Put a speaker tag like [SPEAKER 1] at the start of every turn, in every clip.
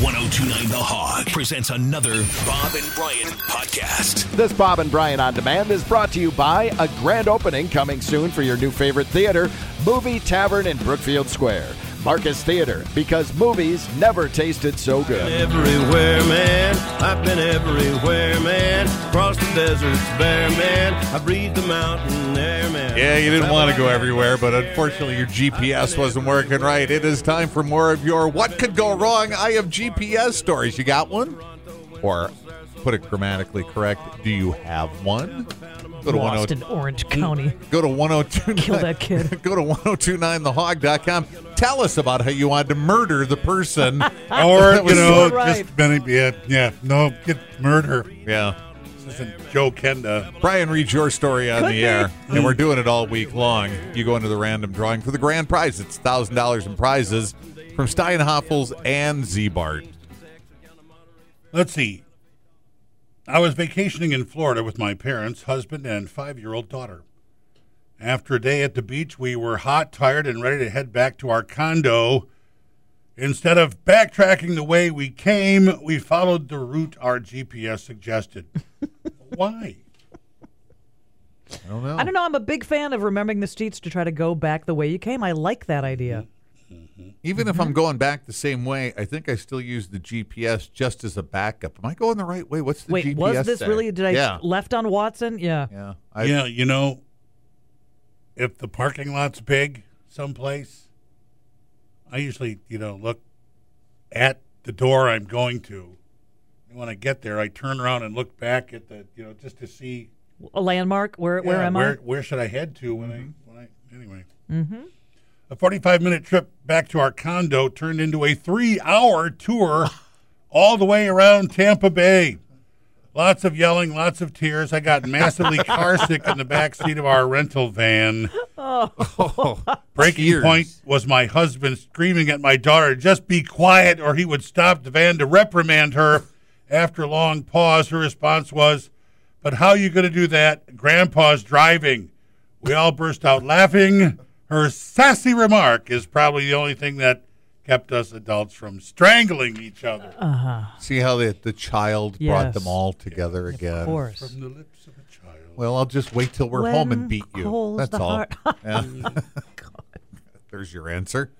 [SPEAKER 1] 1029 The Hog presents another Bob and Brian podcast.
[SPEAKER 2] This Bob and Brian on Demand is brought to you by a grand opening coming soon for your new favorite theater, Movie Tavern in Brookfield Square. Marcus Theater, because movies never tasted so good.
[SPEAKER 3] Everywhere, man. I've been everywhere, man. Across the deserts, bare man. I breathe the mountain air, man.
[SPEAKER 4] Yeah, you didn't want to go everywhere, but unfortunately your GPS wasn't working right. It is time for more of your What Could Go Wrong I Have GPS stories. You got one? Or put it grammatically correct, do you have one? oh Go to
[SPEAKER 5] lost
[SPEAKER 4] 10
[SPEAKER 5] in Orange County.
[SPEAKER 4] go to 1029
[SPEAKER 5] Kill that kid.
[SPEAKER 4] go to 1029thehog.com. Tell us about how you wanted to murder the person.
[SPEAKER 6] Or
[SPEAKER 4] That was
[SPEAKER 6] you know,
[SPEAKER 5] so right.
[SPEAKER 6] just many, yeah, yeah, no, get murder.
[SPEAKER 4] yeah.
[SPEAKER 6] This isn't Joe Kenda. Mm.
[SPEAKER 4] Brian reads your story on the air, and we're doing it all week long. You go into the random drawing for the grand prize. It's thousand dollars in prizes from Steinhoffels and Zbart.
[SPEAKER 6] Let's see. I was vacationing in Florida with my parents, husband, and five-year-old daughter. After a day at the beach, we were hot, tired, and ready to head back to our condo. Instead of backtracking the way we came, we followed the route our GPS suggested. Why?
[SPEAKER 4] I don't know.
[SPEAKER 5] I don't know. I'm a big fan of remembering the streets to try to go back the way you came. I like that idea.
[SPEAKER 4] Even
[SPEAKER 5] Mm-hmm.
[SPEAKER 4] if I'm going back the same way, I think I still use the GPS just as a backup. Am I going the right way? What's the
[SPEAKER 5] Wait,
[SPEAKER 4] GPS?
[SPEAKER 5] was this
[SPEAKER 4] say?
[SPEAKER 5] really? Did I
[SPEAKER 4] Yeah.
[SPEAKER 5] left on Watson? Yeah.
[SPEAKER 4] yeah. I,
[SPEAKER 6] yeah, you know, if the parking lot's big someplace, I usually, you know, look at the door I'm going to. And when I get there, I turn around and look back at the, you know, just to see
[SPEAKER 5] A landmark. Where where
[SPEAKER 6] yeah,
[SPEAKER 5] am
[SPEAKER 6] where,
[SPEAKER 5] I?
[SPEAKER 6] Where should I head to when I when I anyway? Mm-hmm. A 45 minute trip back to our condo turned into a three hour tour, all the way around Tampa Bay. Lots of yelling, lots of tears. I got massively carsick in the back seat of our rental van. Breaking
[SPEAKER 4] Tears.
[SPEAKER 6] point was my husband screaming at my daughter, just be quiet, or he would stop the van to reprimand her. After a long pause, her response was, But how you going to do that? Grandpa's driving. We all burst out laughing. Her sassy remark is probably the only thing that kept us adults from strangling each other.
[SPEAKER 4] See how the, the child brought
[SPEAKER 5] Yes.
[SPEAKER 4] them all together again.
[SPEAKER 5] Of course.
[SPEAKER 6] From the lips of a child.
[SPEAKER 4] Well, I'll just wait till we're home and
[SPEAKER 5] When
[SPEAKER 4] beat you.
[SPEAKER 5] calls
[SPEAKER 4] That's
[SPEAKER 5] the
[SPEAKER 4] all.
[SPEAKER 5] heart.
[SPEAKER 4] Yeah. There's your answer.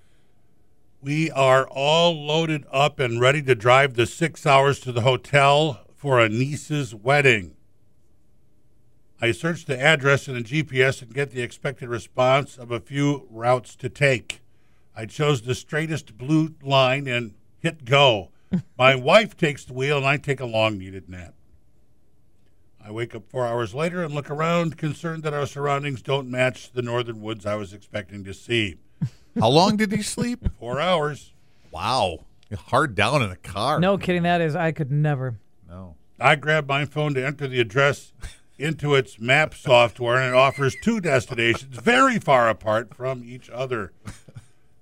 [SPEAKER 6] We are all loaded up and ready to drive the six hours to the hotel for a niece's wedding. I search the address in the GPS and get the expected response of a few routes to take. I chose the straightest blue line and hit go. My wife takes the wheel and I take a long needed nap. I wake up four hours later and look around, concerned that our surroundings don't match the northern woods I was expecting to see.
[SPEAKER 4] How long did he sleep?
[SPEAKER 6] Four hours.
[SPEAKER 4] Wow. Hard down in a car.
[SPEAKER 5] No kidding. That is. I could never.
[SPEAKER 4] No.
[SPEAKER 6] I grabbed my phone to enter the address into its map software, and it offers two destinations very far apart from each other.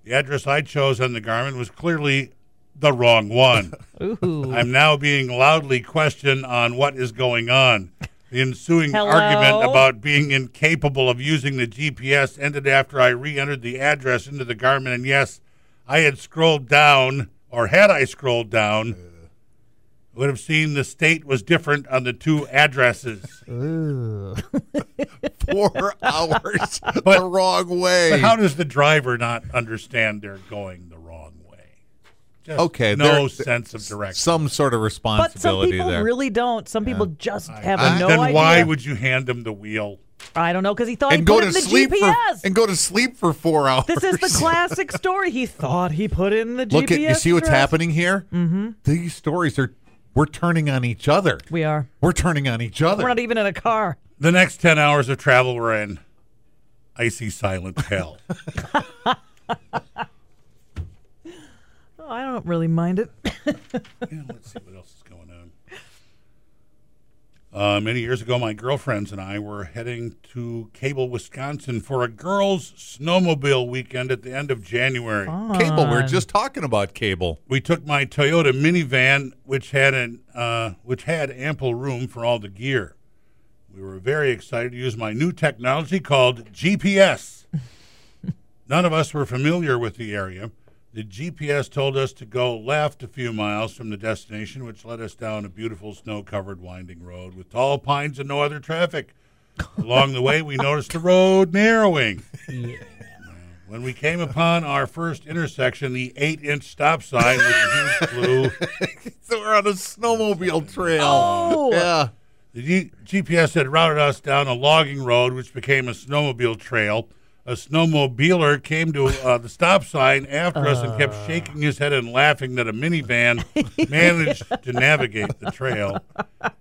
[SPEAKER 6] The address I chose on the Garmin was clearly the wrong one.
[SPEAKER 5] Ooh.
[SPEAKER 6] I'm now being loudly questioned on what is going on. The ensuing
[SPEAKER 5] Hello?
[SPEAKER 6] argument about being incapable of using the GPS ended after I re entered the address into the Garmin. And yes, I had scrolled down, or had I scrolled down, would have seen the state was different on the two addresses.
[SPEAKER 4] Four hours the
[SPEAKER 6] But-
[SPEAKER 4] wrong way.
[SPEAKER 6] But how does the driver not understand they're going the wrong way? Just
[SPEAKER 4] Okay,
[SPEAKER 6] no
[SPEAKER 4] there-
[SPEAKER 6] sense of direction.
[SPEAKER 4] Some sort of
[SPEAKER 5] But some
[SPEAKER 4] responsibility
[SPEAKER 5] people
[SPEAKER 4] there.
[SPEAKER 5] really don't. Some people just have
[SPEAKER 4] I-
[SPEAKER 5] no
[SPEAKER 6] then
[SPEAKER 5] idea.
[SPEAKER 6] why would you hand them the wheel?
[SPEAKER 5] I don't know because he thought he
[SPEAKER 4] and
[SPEAKER 5] put
[SPEAKER 4] go
[SPEAKER 5] it
[SPEAKER 4] to
[SPEAKER 5] in the
[SPEAKER 4] sleep for,
[SPEAKER 5] GPS.
[SPEAKER 4] and go to sleep for four hours.
[SPEAKER 5] this is the classic story. He thought he put in the
[SPEAKER 4] Look
[SPEAKER 5] GPS.
[SPEAKER 4] at you see what's
[SPEAKER 5] address.
[SPEAKER 4] happening here. Mm-hmm. These stories are we're turning on each other.
[SPEAKER 5] We are.
[SPEAKER 4] We're turning on each other.
[SPEAKER 5] We're not even in a car.
[SPEAKER 6] The next 10 hours of travel were in icy silent hell.
[SPEAKER 5] Oh, I don't really mind it.
[SPEAKER 6] Yeah, let's see what else is going on. Uh, many years ago, my girlfriends and I were heading to Cable, Wisconsin for a girls' snowmobile weekend at the end of January.
[SPEAKER 4] cable. We are just talking about cable.
[SPEAKER 6] We took my Toyota minivan, which had an uh, which had ample room for all the gear. We were very excited to use my new technology called GPS. None of us were familiar with the area, The GPS told us to go left a few miles from the destination, which led us down a beautiful snow covered winding road with tall pines and no other traffic. Along the way, we noticed the road narrowing. When we came upon our first intersection, the eight inch stop sign with a huge blue
[SPEAKER 4] So we're on a snowmobile trail.
[SPEAKER 5] Oh.
[SPEAKER 4] Yeah.
[SPEAKER 6] The G- GPS had routed us down a logging road, which became a snowmobile trail. A snowmobiler came to uh, the stop sign after us and kept shaking his head and laughing that a minivan managed to navigate the trail.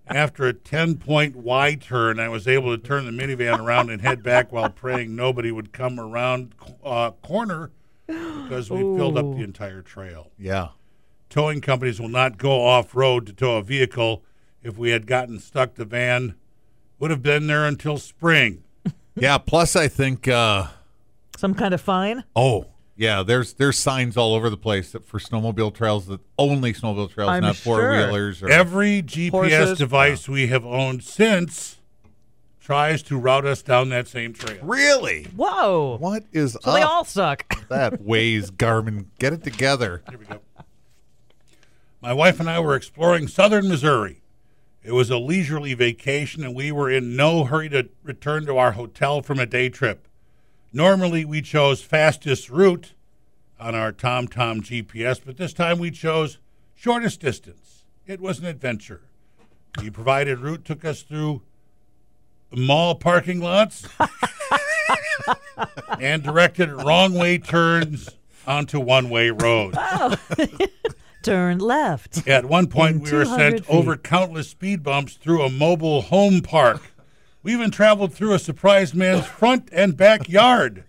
[SPEAKER 6] After a 10 point Y turn, I was able to turn the minivan around and head back while praying nobody would come around uh, corner because we filled up the entire trail
[SPEAKER 4] Yeah.
[SPEAKER 6] towing companies will not go off road to tow a vehicle. If we had gotten stuck, the van would have been there until spring.
[SPEAKER 4] Yeah. Plus, I think. Uh,
[SPEAKER 5] Some kind of fine?
[SPEAKER 4] oh, yeah. There's there's signs all over the place that for snowmobile trails that only snowmobile trails,
[SPEAKER 5] I'm
[SPEAKER 4] not
[SPEAKER 5] sure.
[SPEAKER 4] four wheelers. Or,
[SPEAKER 6] Every GPS
[SPEAKER 5] Horses.
[SPEAKER 6] device we have owned since tries to route us down that same trail.
[SPEAKER 4] really?
[SPEAKER 5] Whoa.
[SPEAKER 4] What is
[SPEAKER 5] So
[SPEAKER 4] up
[SPEAKER 5] they all suck.
[SPEAKER 4] with that ways, Garmin? Get it together.
[SPEAKER 6] Here we go. My wife and I were exploring southern Missouri. It was a leisurely vacation, and we were in no hurry to return to our hotel from a day trip. Normally, we chose fastest route on our TomTom GPS, but this time we chose shortest distance. It was an adventure. The provided route took us through mall parking lots and directed wrong way turns onto one way roads.
[SPEAKER 5] Turn left.
[SPEAKER 6] At one point,
[SPEAKER 5] In
[SPEAKER 6] we were
[SPEAKER 5] 200
[SPEAKER 6] sent
[SPEAKER 5] feet.
[SPEAKER 6] over countless speed bumps through a mobile home park. We even traveled through a surprised man's front and backyard,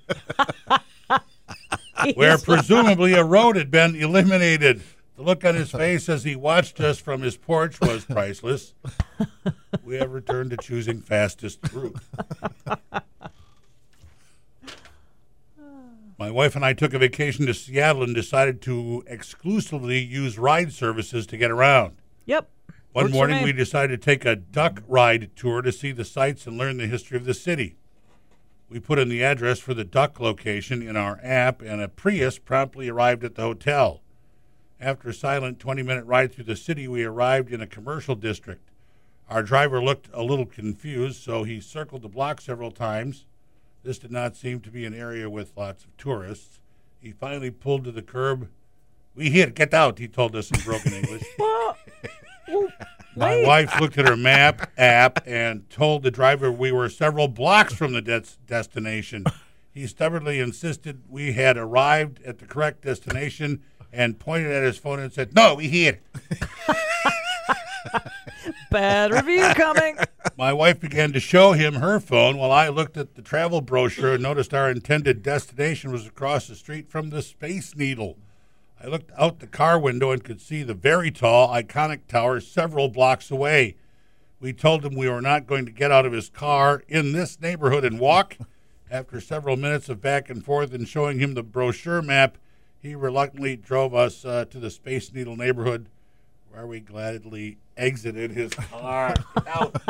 [SPEAKER 6] where presumably a road had been eliminated. The look on his face as he watched us from his porch was priceless. We have returned to choosing fastest route. My wife and I took a vacation to Seattle and decided to exclusively use ride services to get around.
[SPEAKER 5] Yep.
[SPEAKER 6] One
[SPEAKER 5] Works for
[SPEAKER 6] morning,
[SPEAKER 5] me.
[SPEAKER 6] we decided to take a duck ride tour to see the sights and learn the history of the city. We put in the address for the duck location in our app, and a Prius promptly arrived at the hotel. After a silent 20 minute ride through the city, we arrived in a commercial district. Our driver looked a little confused, so he circled the block several times. This did not seem to be an area with lots of tourists. He finally pulled to the curb. We here, get out, he told us in broken English. My wife looked at her map app and told the driver we were several blocks from the des- destination. He stubbornly insisted we had arrived at the correct destination and pointed at his phone and said, "No, we here."
[SPEAKER 5] Bad review coming.
[SPEAKER 6] My wife began to show him her phone while I looked at the travel brochure and noticed our intended destination was across the street from the Space Needle. I looked out the car window and could see the very tall, iconic tower several blocks away. We told him we were not going to get out of his car in this neighborhood and walk. After several minutes of back and forth and showing him the brochure map, he reluctantly drove us uh, to the Space Needle neighborhood where we gladly exited his car. Out.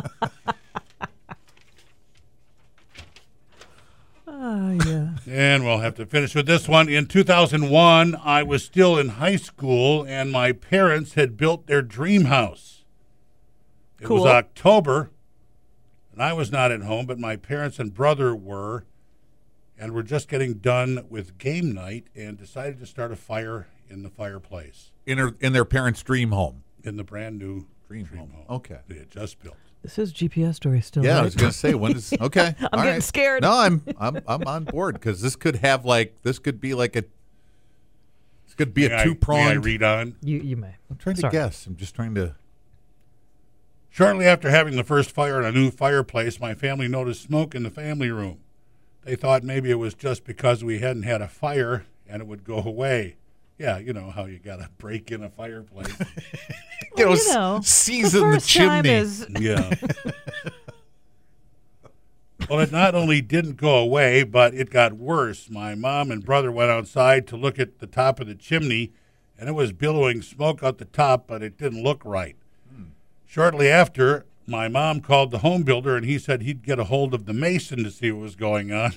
[SPEAKER 5] Oh, yeah.
[SPEAKER 6] And we'll have to finish with this one. In 2001, I was still in high school, and my parents had built their dream house. It
[SPEAKER 5] Cool.
[SPEAKER 6] was October, and I was not at home, but my parents and brother were, and were just getting done with game night and decided to start a fire in the fireplace
[SPEAKER 4] In her, in their parents' dream home.
[SPEAKER 6] in the brand new
[SPEAKER 4] Dream home. Okay.
[SPEAKER 6] they had just built.
[SPEAKER 5] This is GPS story still.
[SPEAKER 4] Yeah, I
[SPEAKER 5] right?
[SPEAKER 4] was gonna say when does okay.
[SPEAKER 5] I'm
[SPEAKER 4] all
[SPEAKER 5] getting
[SPEAKER 4] right.
[SPEAKER 5] scared.
[SPEAKER 4] No, I'm I'm I'm on board because this could have like this could be like a this could be
[SPEAKER 6] May
[SPEAKER 4] a
[SPEAKER 6] I- may
[SPEAKER 4] two
[SPEAKER 6] I
[SPEAKER 4] pronged.
[SPEAKER 6] read on.
[SPEAKER 5] You you may.
[SPEAKER 4] I'm trying
[SPEAKER 5] Sorry.
[SPEAKER 4] to guess. I'm just trying to.
[SPEAKER 6] Shortly after having the first fire in a new fireplace, my family noticed smoke in the family room. They thought maybe it was just because we hadn't had a fire and it would go away. Yeah, you know how you got to break in a fireplace.
[SPEAKER 4] You know,
[SPEAKER 5] you
[SPEAKER 4] s-
[SPEAKER 5] know, the
[SPEAKER 4] season the,
[SPEAKER 5] first
[SPEAKER 4] chimney.
[SPEAKER 5] time is
[SPEAKER 6] yeah. well, it not only didn't go away, but it got worse. My mom and brother went outside to look at the top of the chimney, and it was billowing smoke out the top, but it didn't look right. Shortly after, my mom called the home builder, and he said he'd get a hold of the mason to see what was going on,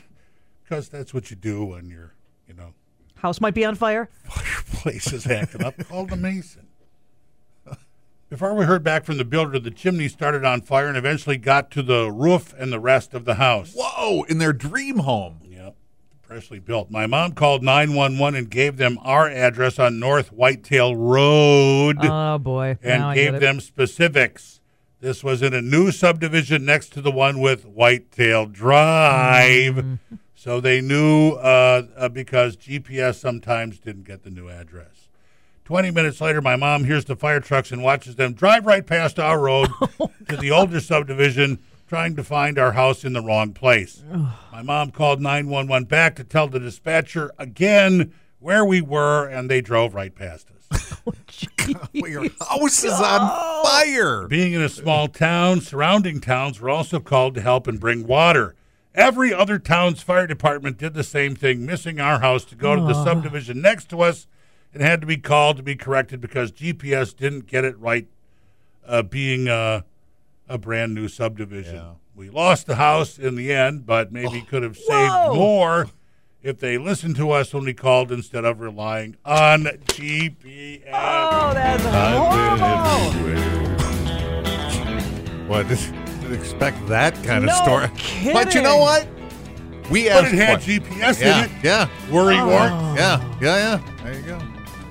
[SPEAKER 6] because that's what you do when you're, you know,
[SPEAKER 5] House might be on fire.
[SPEAKER 6] Fireplace is acting up. Call the mason. Before we heard back from the builder, the chimney started on fire and eventually got to the roof and the rest of the house.
[SPEAKER 4] Whoa, in their dream home.
[SPEAKER 6] Yep. Freshly built. My mom called 911 and gave them our address on North Whitetail Road
[SPEAKER 5] Oh boy.
[SPEAKER 6] and
[SPEAKER 5] now I get
[SPEAKER 6] gave
[SPEAKER 5] it.
[SPEAKER 6] them specifics. This was in a new subdivision next to the one with Whitetail Drive.
[SPEAKER 5] Mm-hmm.
[SPEAKER 6] So they knew uh, uh, because GPS sometimes didn't get the new address. 20 minutes later, my mom hears the fire trucks and watches them drive right past our road to the older subdivision, trying to find our house in the wrong place. my mom called 911 back to tell the dispatcher again where we were, and they drove right past us.
[SPEAKER 4] Well, your house is on fire.
[SPEAKER 6] Being in a small town, surrounding towns were also called to help and bring water. Every other town's fire department did the same thing, missing our house to go to the subdivision next to us and had to be called to be corrected because GPS didn't get it right, uh, being uh, a brand new subdivision. We lost the house in the end, but maybe could have saved more if they listened to us when we called instead of relying on GPS.
[SPEAKER 5] Oh, that's horrible.
[SPEAKER 4] What? Didn't expect that kind of
[SPEAKER 5] No
[SPEAKER 4] story. But you know
[SPEAKER 5] kidding.
[SPEAKER 4] what? We
[SPEAKER 6] but
[SPEAKER 4] asked.
[SPEAKER 6] it had
[SPEAKER 4] que-
[SPEAKER 6] GPS
[SPEAKER 4] yeah,
[SPEAKER 6] in it.
[SPEAKER 4] yeah, Oh.
[SPEAKER 6] Worry, warrant.
[SPEAKER 4] yeah, yeah, yeah. There you go.